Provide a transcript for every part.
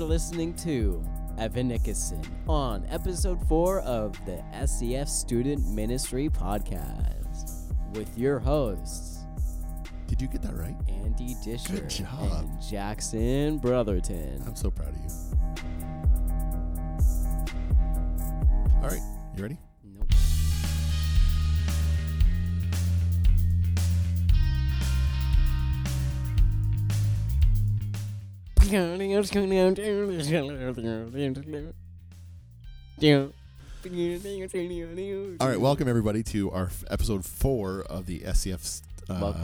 listening to Evan Nickerson on episode four of the SCF Student Ministry Podcast with your hosts, Did you get that right? Andy Disher Good job. and Jackson Brotherton. I'm so proud of you. All right, you ready? Nope. All right, welcome everybody to our f- episode four of the SCF st- uh, Welcome.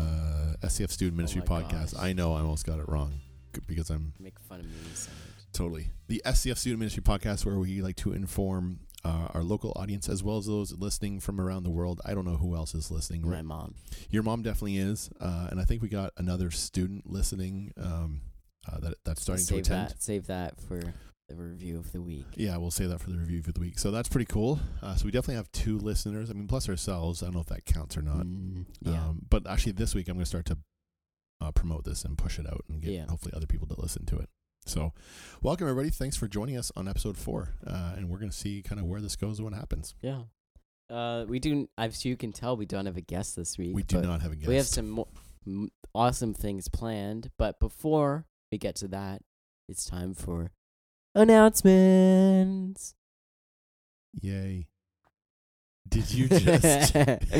Oh SCF Student Ministry my Podcast. gosh. I know I almost got it wrong c- because I'm Make fun of me. Simon. totally the SCF Student Ministry Podcast, where we like to inform uh, our local audience as well as those listening from around the world. I don't know who else is listening. My mom. Your mom definitely is, uh, and I think we got another student listening um, uh, that that's starting to save attend. that. Save that for the review of the week. Yeah, we'll say that for the review for the week. So that's pretty cool. Uh, so we definitely have two listeners. I mean, plus ourselves. I don't know if that counts or not. Mm, yeah. Um, but actually, this week I'm going to start to uh, promote this and push it out and get Yeah. hopefully other people to listen to it. So, welcome everybody. Thanks for joining us on episode four, uh, and we're going to see kind of where this goes and what happens. yeah. Uh, we do. As you can tell, we don't have a guest this week. We do but not have a guest. We have some mo- m- awesome things planned, but before we get to that, it's time for announcements. Yay! Did you just?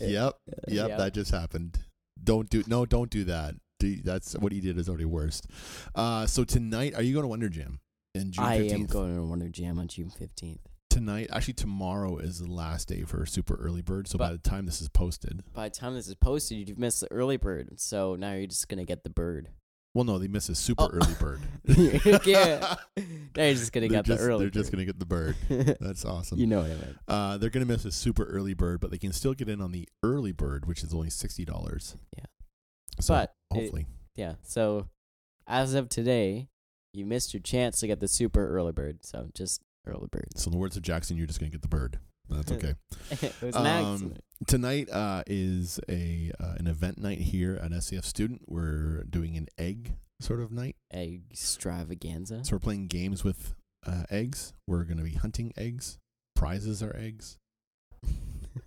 yep, yep, Yep. that just happened. Don't do no, don't do that. Do, that's what he did is already worst. Uh, so tonight, are you going to Wonder Jam? In June I 15th? am going to Wonder Jam on June fifteenth. tonight. Actually, tomorrow is the last day for Super Early Bird. So by the But- time this is posted, By the time this is posted, you've missed the early bird, so now you're just gonna get the bird. well, no, they miss a Super Oh. Early Bird. Yeah. Now you're just gonna They're get just, the early. They're just going to get the bird. bird. That's awesome. you know what I mean. Uh, they're going to miss a super early bird, but they can still get in on the early bird, which is only sixty dollars. Yeah. So But it- hopefully, Yeah. So as of today, you missed your chance to get the super early bird. So just early bird. so in the words of Jackson, you're just going to get the bird. That's okay. it was Um, an accident. tonight uh, is a uh, an event night here at SCF Student. We're doing an egg sort of night, Extravaganza. so we're playing games with uh, eggs. We're going to be hunting eggs. Prizes are eggs.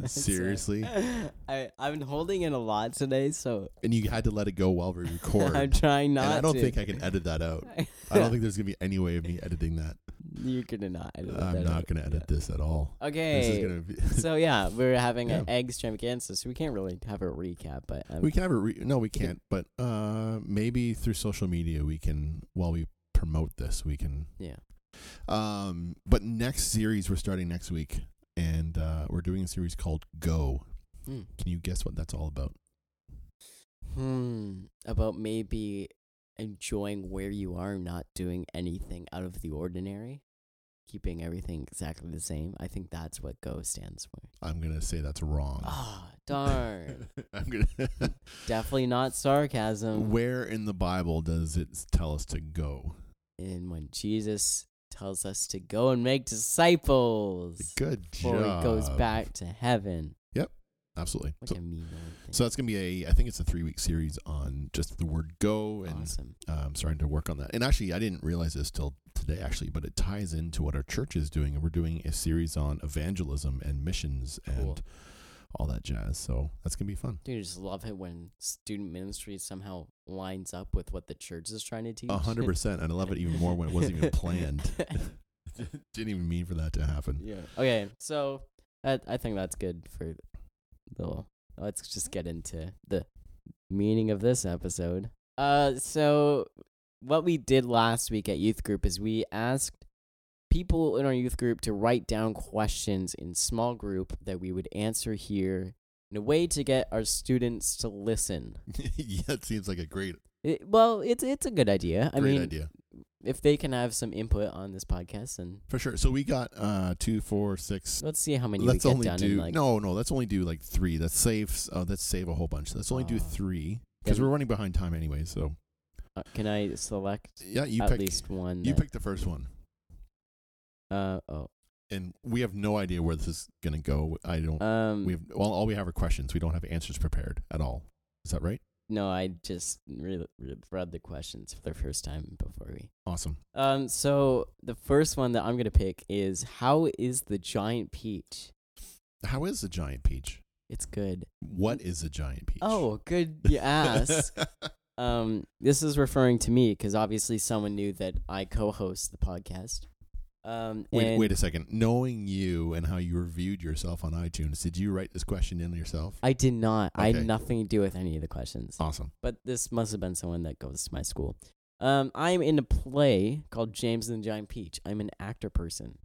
Seriously, uh, I I've been holding in a lot today, so and you had to let it go while we record. I'm trying not. and I don't to. think I can edit that out. I don't think there's going to be any way of me editing that. you're gonna not. Edit I'm that not out. going to edit this at all. Okay. This is going to be. so yeah, we're having an Yeah. egg extravaganza, so we can't really have a recap, but um, we can have a re- no, we can- can't. But uh, maybe through social media, we can while we promote this, we can yeah, Um, but next series we're starting next week, and uh, we're doing a series called Go. hmm. Can you guess what that's all about? hmm, about maybe enjoying where you are, not doing anything out of the ordinary, keeping everything exactly the same. I think that's what Go stands for. I'm gonna say that's wrong. Ah, darn. I'm gonna. Definitely not sarcasm. Where in the Bible does it tell us to go? And when Jesus tells us to go and make disciples Good before job. he goes back to heaven. Absolutely. What So, a mean old so thing. that's gonna be a. I think it's a three week series on just the word go, and awesome. um, starting to work on that. And actually, I didn't realize this till today, actually, but it ties into what our church is doing. And we're doing a series on evangelism and missions and Cool. all that jazz. So that's gonna be fun. Dude, I just love it when student ministry somehow lines up with what the church is trying to teach. A hundred percent, and I love it even more when it wasn't even planned. Didn't even mean for that to happen. yeah. Okay, so I, I think that's good for the. Let's just get into the meaning of this episode. Uh, so what we did last week at youth group is we asked people in our youth group to write down questions in small group that we would answer here in a way to get our students to listen. yeah, it seems like a great, It, well, it's it's a good idea. I great mean, idea if they can have some input on this podcast, then for sure. So we got uh two, four, six. let's see how many Let's we get only done. do in like, no, no. Let's only do like three. That saves. Oh, that's save a whole bunch. Let's only do Uh, three because then- we're running behind time anyway. So uh, can I select yeah, you at pick. least one? you that- pick the first one, Uh oh. and we have no idea where this is gonna go. I don't. Um. we have well, all we have are questions. We don't have answers prepared at all. Is that right? no, I just re- re- read the questions for the first time before we. Awesome. Um, so the first one that I'm gonna pick is how is the giant peach? How is a giant peach? It's good. What is a giant peach? Oh, good you ask. um, this is referring to me because obviously someone knew that I co-host the podcast. Um, wait, and wait a second. Knowing you and how you reviewed yourself on iTunes, did you write this question in yourself? I did not. I had Okay. Oh. nothing to do with any of the questions. Awesome. but this must have been someone that goes to my school. Um, I'm in a play called James and the Giant Peach. I'm an actor person,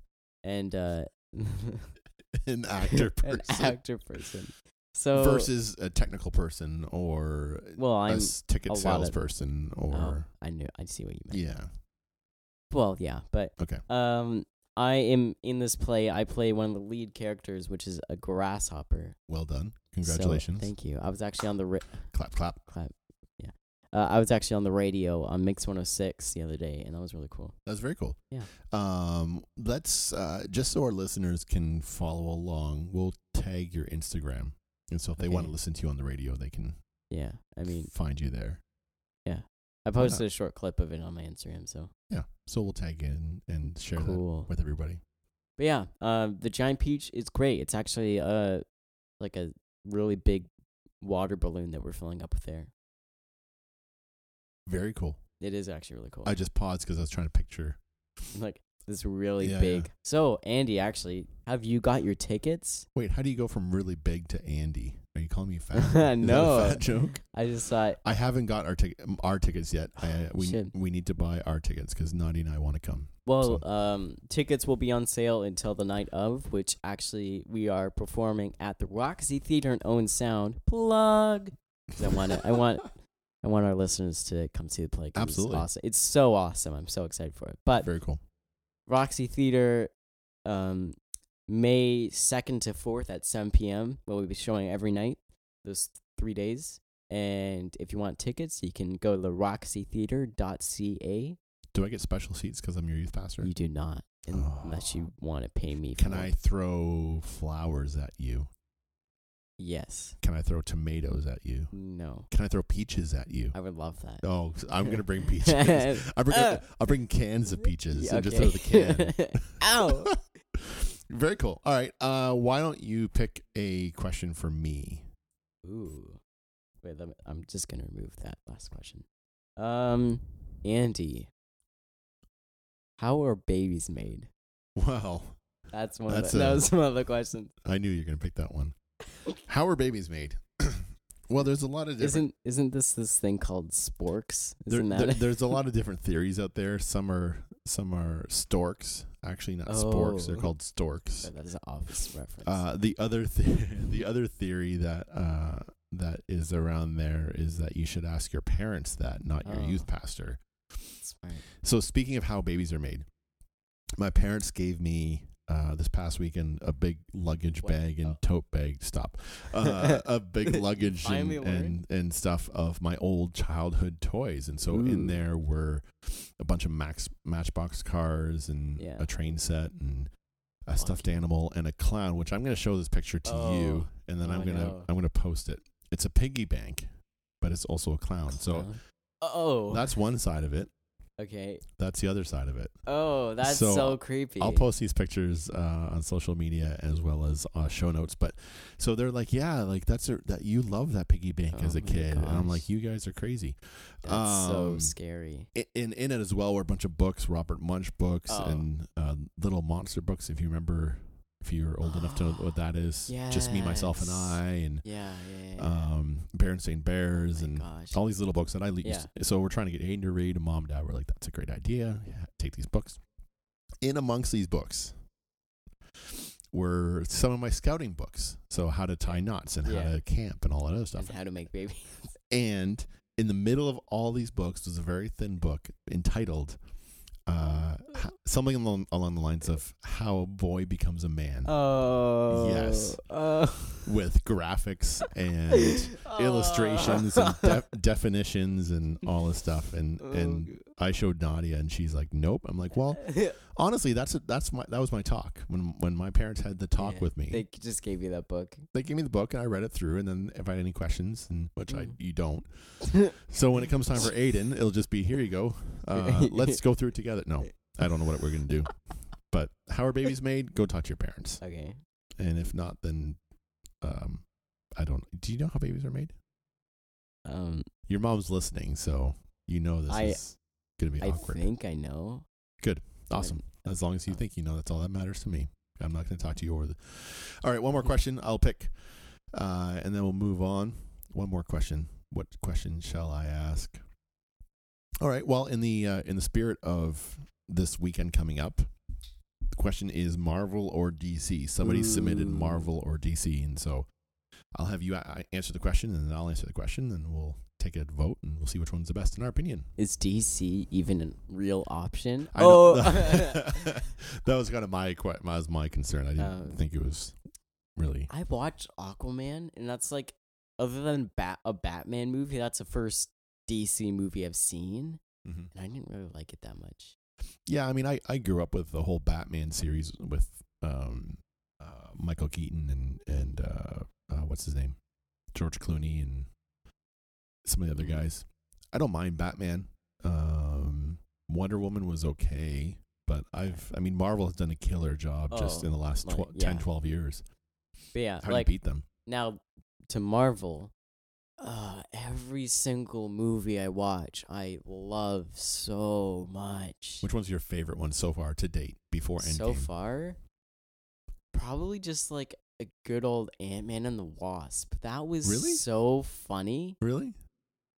and uh, An actor an person actor person. So versus a technical person or well, a I'm. s- ticket a lot of- salesperson Oh, or I knew. I see what you meant. yeah. Well, yeah, but Okay. um, I am in this play. I play one of the lead characters, which is a grasshopper. Well done. So, Congratulations. thank you. I was actually on the ra- Clap clap. uh, I was actually on the radio on Mix 106 the other day, and that was really cool. That's very cool. Yeah. Um, let's uh, just so our listeners can follow along. We'll tag your Instagram, and so if they want to Okay. listen to you on the radio, they can Yeah, I mean, find you there. I Why not? posted a short clip of it on my Instagram, so Yeah. So we'll tag in and share cool. that with everybody. But yeah, uh, the giant peach is great. It's actually uh like a really big water balloon that we're filling up with air. Very cool. It is actually really cool. I just paused because I was trying to picture. like it's really Yeah, yeah. big. So Andy, actually, have you got your tickets? Wait, how do you go from really big to Andy? Are you calling me fat? Is that a No. fat joke. I just thought I haven't got our ticket, our tickets yet. I, uh, we Shit. we need to buy our tickets because Naughty and I want to come. well, um, tickets will be on sale until the night of, which actually we are performing at the Roxy Theater in Owen Sound. Plug. 'Cause I want to. I want. I want our listeners to come see the play. 'cause Absolutely. it's awesome. It's so awesome. I'm so excited for it. But Very cool. Roxy Theater, um, May 2nd to 4th at 7 p.m. where We'll be showing every night, those three days. And if you want tickets, you can go to the roxytheater.ca. Do I get special seats because I'm your youth pastor? You do not, un- unless Oh. you want to pay me. Can for I it. throw flowers at you? Yes. Can I throw tomatoes at you? No. Can I throw peaches at you? I would love that. Oh, I'm gonna bring peaches. I bring Uh. I'll bring cans of peaches Yeah, and just throw the okay. can. Ow. Very cool. All right. Uh, why don't you pick a question for me? Ooh. Wait, let me, I'm just going to remove that last question. Um, Andy, how are babies made? Wow, That's one That's of the, a- that was one of the questions. I knew you were gonna pick that one. How are babies made? well, there's a lot of different. Isn't isn't this this thing called sporks? there, Isn't there- that there's a lot of different theories out there. Some are some are storks. Actually, not sporks. They're Oh. called storks. that is an obvious reference. Uh, the other th- the other theory that uh, that is around there is that you should ask your parents that, not your Oh. youth pastor. Smart. So speaking of how babies are made, my parents gave me uh, this past weekend a big luggage What? bag and Oh. tote bag. Stop, uh, a big luggage and, Finally learned. and and stuff of my old childhood toys, and so in Ooh. there were a bunch of max Matchbox cars and Yeah. a train set and a stuffed animal and a clown, which I'm going to show this picture to Oh. you, and then Oh, I'm I gonna know. I'm gonna post it. It's a piggy bank, but it's also a clown. So Clown. oh, that's one side of it. okay. That's the other side of it. Oh, that's So, so, creepy. I'll post these pictures uh, on social media as well as uh, show notes. But so they're like, yeah, like that's a, that you love that piggy bank Oh as a my kid, and I'm gosh. like, you guys are crazy. That's so um, scary. I- In in it as well were a bunch of books, Robert Munch books, Oh. and uh, little monster books. If you remember, if you're old enough to know what that is, just me, myself, and Yes. I, and Yeah, yeah. yeah, yeah. um, Berenstain Bears, oh my and gosh. all these little books that I used. Yeah. So we're trying to get Aiden to read, and mom, and dad were like, "That's a great idea. Yeah, take these books." In amongst these books were some of my scouting books. So how to tie knots and how Yeah. Mm-hmm. to camp and all that other stuff. and how to make babies. And in the middle of all these books was a very thin book entitled uh, h- something along, along the lines of how a boy becomes a man Oh. Yes. Oh. with graphics and illustrations and Oh. def definitions and all this stuff. And and I showed Nadia, and she's like, "Nope." I'm like, "Well, honestly, that's a, that's my that was my talk when when my parents had the talk Yeah, with me. They, they just gave you that book. gave me the book, and I read it through, and then if I had any questions, and which I Mm. you don't. So when it comes time for Aiden, it'll just be here. You go. Uh, let's go through it together. No, I don't know what we're gonna do. But how are babies made? Go talk to your parents, Okay. and if not, then um, I don't. Do you know how babies are made? Um, Your mom's listening, so you know this I- is gonna be I awkward. think I know. Awesome. As long as you think you know, that's all that matters to me. I'm not going to talk to you over the. All right, one more question. I'll pick, uh, and then we'll move on. One more question. What question shall I ask? All right. Well, in the uh, in the spirit of this weekend coming up, the question is Marvel or DC. Somebody submitted Ooh. Marvel or DC, and so I'll have you a- I answer the question, and then I'll answer the question, and we'll take a vote, and we'll see which one's the best in our opinion. Is DC even a real option? Oh. I know- that was kind of my que- that was my concern. I didn't Um, think it was really. I watched Aquaman, and that's like, other than Bat- a Batman movie, that's the first DC movie I've seen, and I didn't really like it that much. Yeah, I mean, I, I grew up with the whole Batman series with um, uh, Michael Keaton and and uh, uh, what's his name, George Clooney and some of the other Mhm. guys. I don't mind Batman. Um, Wonder Woman was okay, but I've I mean, Marvel has done a killer job just Oh, in the last like, tw- 10, yeah. 12 years. But yeah, How like do you beat them? now to Marvel. Uh, every single movie I watch, I love so much. Which one's your favorite one so far to date before Endgame? so far probably just like a good old ant-man and the wasp that was Really? so funny Really?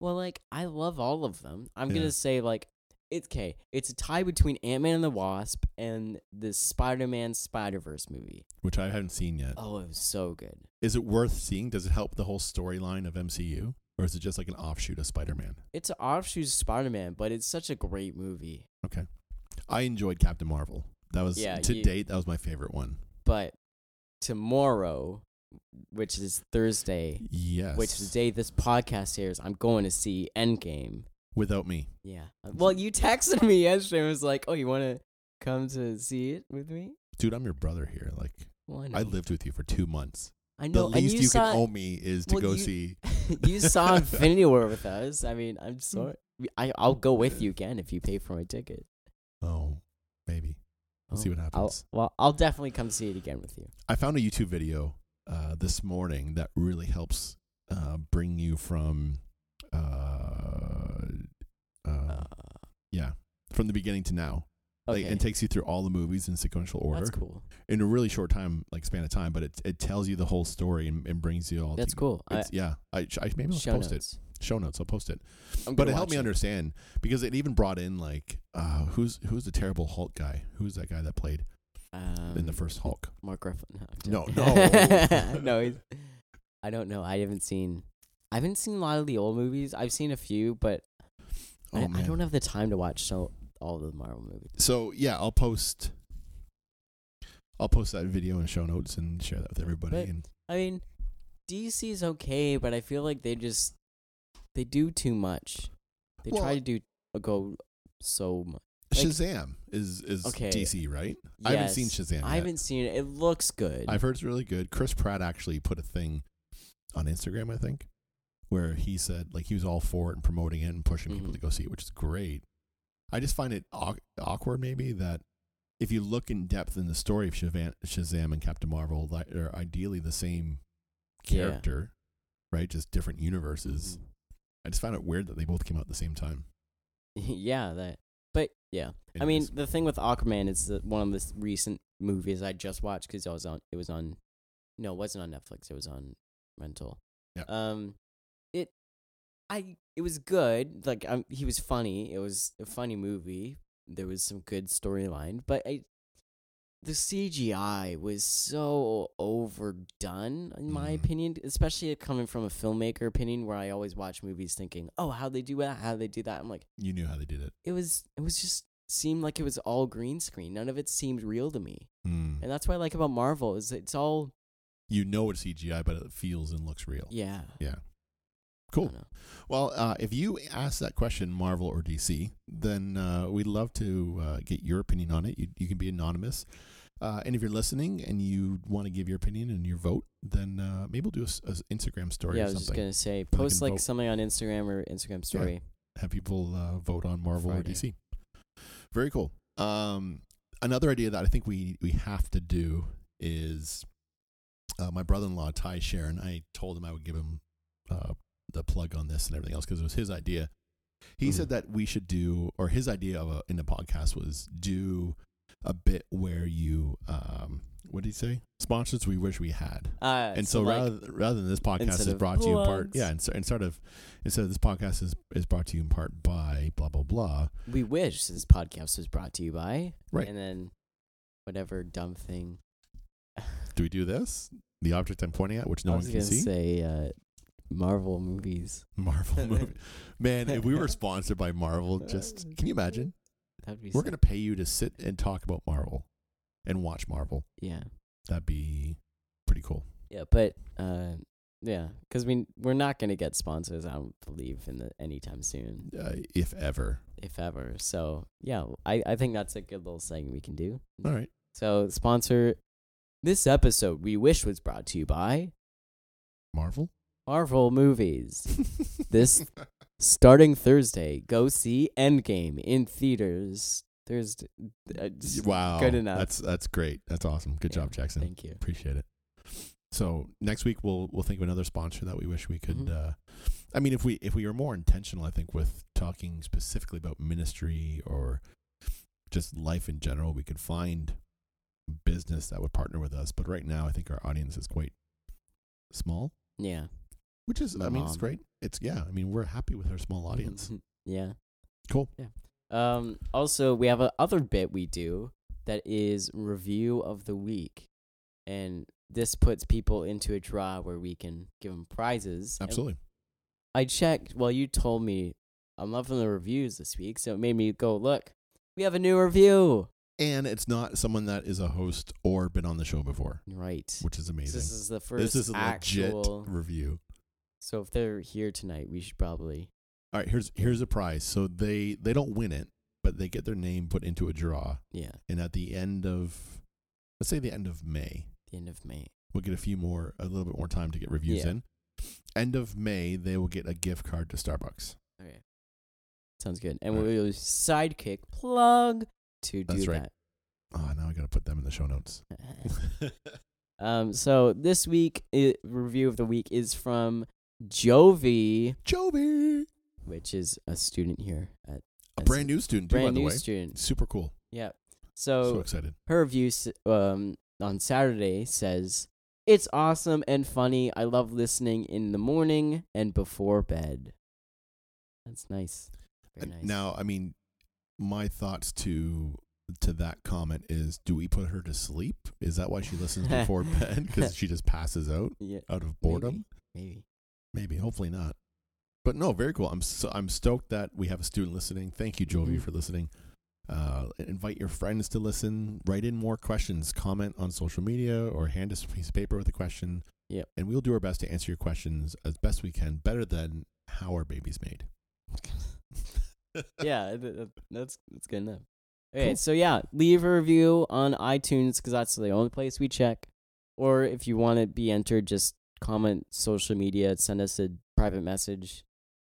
well like i love all of them i'm Yeah. gonna say like it's okay it's a tie between ant-man and the wasp and the spider-man spider-verse movie Which I haven't seen yet. oh it was so good Is it worth seeing? Does it help the whole storyline of MCU? Or is it just like an offshoot of Spider Man? it's an offshoot of spider-man but it's such a great movie I enjoyed Captain Marvel. That was Yeah, to you- date, that was my favorite one. but tomorrow which is thursday Yes. which is the day this podcast airs i'm going to see endgame without me. Yeah. Well, you texted me yesterday and was like, "Oh, you want to come to see it with me?" Dude, I'm your brother here. Like Well, I know. lived with you for two months. I know. the least Hmm. and you, you, saw, can owe me is to Well, go you- see you saw Infinity War with us. I mean, Mm. I'm sorry. I I'll go with you again if you pay for my ticket. Oh, maybe. We'll see Oh, what I'll, happens. well, I'll definitely come see it again with you. I found a YouTube video uh, this morning that really helps uh, bring you from uh, uh, Uh, yeah from the beginning to now okay, like, and takes you through all the movies in sequential order that's cool. in a really short time like span of time but it, it tells you the whole story and, and brings you all That's to- cool. I, it's, yeah I, I maybe i'll show post notes. it show notes i'll post it I'm but gonna it helped watch me understand because it even brought in like uh, who's who's the terrible hulk guy who's that guy that played um, in the first hulk Mark Ruffalo. No, I'm no. joking. no. He's, I don't know. I haven't seen. I haven't seen a lot of the old movies. I've seen a few, but oh I, I man don't have the time to watch so all the Marvel movies. so yeah i'll post i'll post that video in show notes and share that with everybody But- and I mean, DC is okay, but I feel like they just they do too much. They Well- try to do go so much. like- shazam is is Okay. dc right i haven't seen Yes. shazam yet. I haven't seen it. It looks good. I've heard it's really good. Chris Pratt actually put a thing on Instagram, I think, where he said like he was all for it and promoting it and pushing people Mhm. to go see it, which is great. I just find it au- awkward maybe that if you look in depth in the story of Shavan- Shazam and Captain Marvel, like they're ideally the same Yeah. character, right? Just different universes. Mhm. I just found it weird that they both came out at the same time. yeah, that. But yeah, I mean, Anyways. the thing with Aquaman is that one of the s- recent movies I just watched because I was on. It was on. No, it wasn't on Netflix. It was on rental. Yeah. Um, it, I, it was good. Like, um, he was funny. It was a funny movie. There was some good storyline, but I, the CGI was so overdone, in my Mhm. opinion. Especially coming from a filmmaker opinion, where I always watch movies thinking, "Oh, how they do that? How they do that?" I'm like you knew how they did it. it was it was just seemed like it was all green screen. None of it seemed real to me. Mm. And that's what I like about Marvel is it's all You know it's CGI, but it feels and looks real. yeah. I Cool. dunno. Well, uh, if you ask that question, Marvel or DC, then uh, we'd love to uh, get your opinion on it. You, you can be anonymous. Uh, and if you're listening and you want to give your opinion and your vote, then uh, maybe we'll do an Instagram story yeah, I or was just something. gonna say can post like vote. something on Instagram or Instagram story. Have people uh, vote on Marvel Friday. or DC. Very cool. Um, another idea that I think we, we have to do is uh, my brother in law, Ty Sharon, I told him I would give him uh, the plug on this and everything else because it was his idea. He Mhm. said that we should do, or his idea of a, in the podcast was do a bit where you, um, what did he say? Sponsors we wish we had. Uh, And so, like, rather, rather than this podcast instead is of brought to you in part, plugs. yeah, and, so, and sort of instead of this podcast is, is brought to you in part by blah blah blah. we wish this podcast was brought to you by Right. and then whatever dumb thing. Do we do this? The object I'm pointing at, which no I one was can gonna see, say uh, Marvel movies. Marvel movie. Man, if we were sponsored by Marvel, just can you imagine? That'd be We're sick. gonna pay you to sit and talk about Marvel and watch Marvel. yeah That'd be pretty cool. yeah, but uh, yeah, because we we're not gonna get sponsors. I don't believe in the anytime soon, uh, if ever. if ever. So yeah, I I think that's a good little thing we can do. All right. So sponsor this episode. We wish was brought to you by Marvel. Marvel movies. This- Starting Thursday, go see Endgame in theaters. Thursday. uh, just- wow. good enough. That's that's great. That's awesome. Good Yeah, job, Jackson. Thank you. Appreciate it. So next week we'll we'll think of another sponsor that we wish we could. Mhm. Uh, I mean, if we if we were more intentional, I think with talking specifically about ministry or just life in general, we could find business that would partner with us. But right now, I think our audience is quite small, Yeah. which is My I mean, it's mom. great. It's yeah. I mean, we're happy with our Mm-hmm. small audience. yeah. Cool. Yeah. Um. Also, we have a other bit we do that is review of the week, and this puts people into a draw where we can give them prizes. And Absolutely. I checked. Well, you told me I'm loving the reviews this week, so it made me go look. We have a new review. And it's not someone that is a host or been on the show before, Right. which is This amazing. is the first This is a actual. legit review. So if they're here tonight, we should probably. All right, here's here's a prize. So they they don't win it, but they get their name put into a draw, Yeah, and at the end of let's say the end of May, the end of May. we'll get a few more a little bit more time to get reviews Yeah. in. End of May, they will get a gift card to Starbucks. Okay. Sounds good. And All right. we'll sidekick plug to do That's right. that. Oh, now I got to put them in the show notes. um, so this week i review of the week is from Jovi, Jovi, which is a student here at a brand new student, too, by brand the new Oh, way. student. Super cool. Yeah. so So excited. her review s- um, on Saturday says, "It's awesome and funny. I love listening in the morning and before bed." That's nice. Very And nice. Now, I mean, my thoughts to to that comment is: Do we put her to sleep? Is that why she listens before bed? Because she just passes out yeah, out of boredom. Maybe. Maybe, hopefully not. But no, very cool. I'm so, I'm stoked that we have a student listening. Thank you, Jovi, Mhm. for listening. Uh, invite your friends to listen. Write in more questions. Comment on social media or hand us a piece of paper with a question. Yep. And we'll do our best to answer your questions as best we can, better than how our baby's made. yeah, th- th- that's that's good enough. Okay, Cool. so yeah, leave a review on iTunes because that's the only place we check. Or if you want to be entered, just comment social media, send us a private message,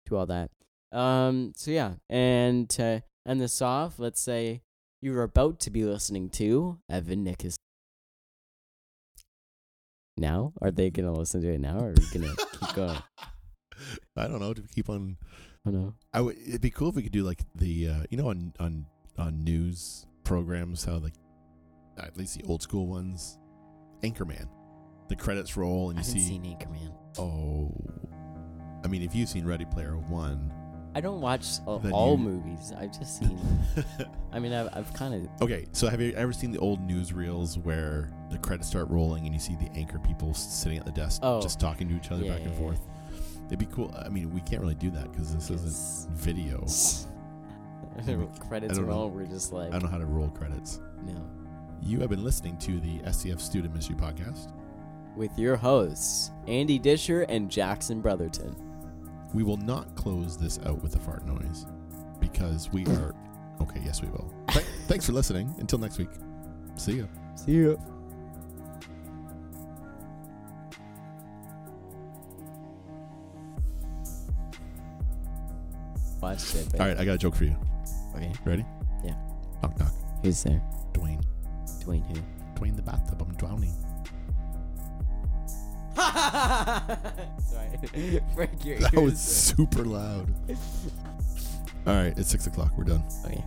do all that. Um, so yeah, and to end this off, let's say you're about to be listening to Evan Nickus. Now, are they gonna listen to it now, or are we gonna keep going? I don't know. Do we keep on? Oh no. I would. It'd be cool if we could do like the uh, you know on on on news programs how like at least the old school ones, Anchorman, the credits roll and I you haven't see seen Anchorman. oh, I mean if you've seen Ready Player One, I don't watch all, Then all you- movies. I've just seen. I mean, I've, I've kind of. okay. So have you ever seen the old newsreels where the credits start rolling and you see the anchor people s- sitting at the desk Oh. just talking to each other Yeah, back and yeah, forth? It'd be cool. I mean, we can't really do that because this isn't video. Credits don't know. roll. We're just I like don't know how to roll credits. no. You have been listening to the SCF Student Ministry Podcast. With your hosts Andy Disher and Jackson Brotherton. We will not close this out with a fart noise because we are. Okay, yes, we will. Th- thanks for listening. Until next week. See ya. See you. Watch it. Babe. All right, I got a joke for you. Okay. Ready? Yeah. Knock, knock. Who's there? Dwayne. Dwayne who? Dwayne the bathtub. I'm drowning. Sorry. Break your ears. That was super loud. All right, it's six o'clock. We're done. Okay.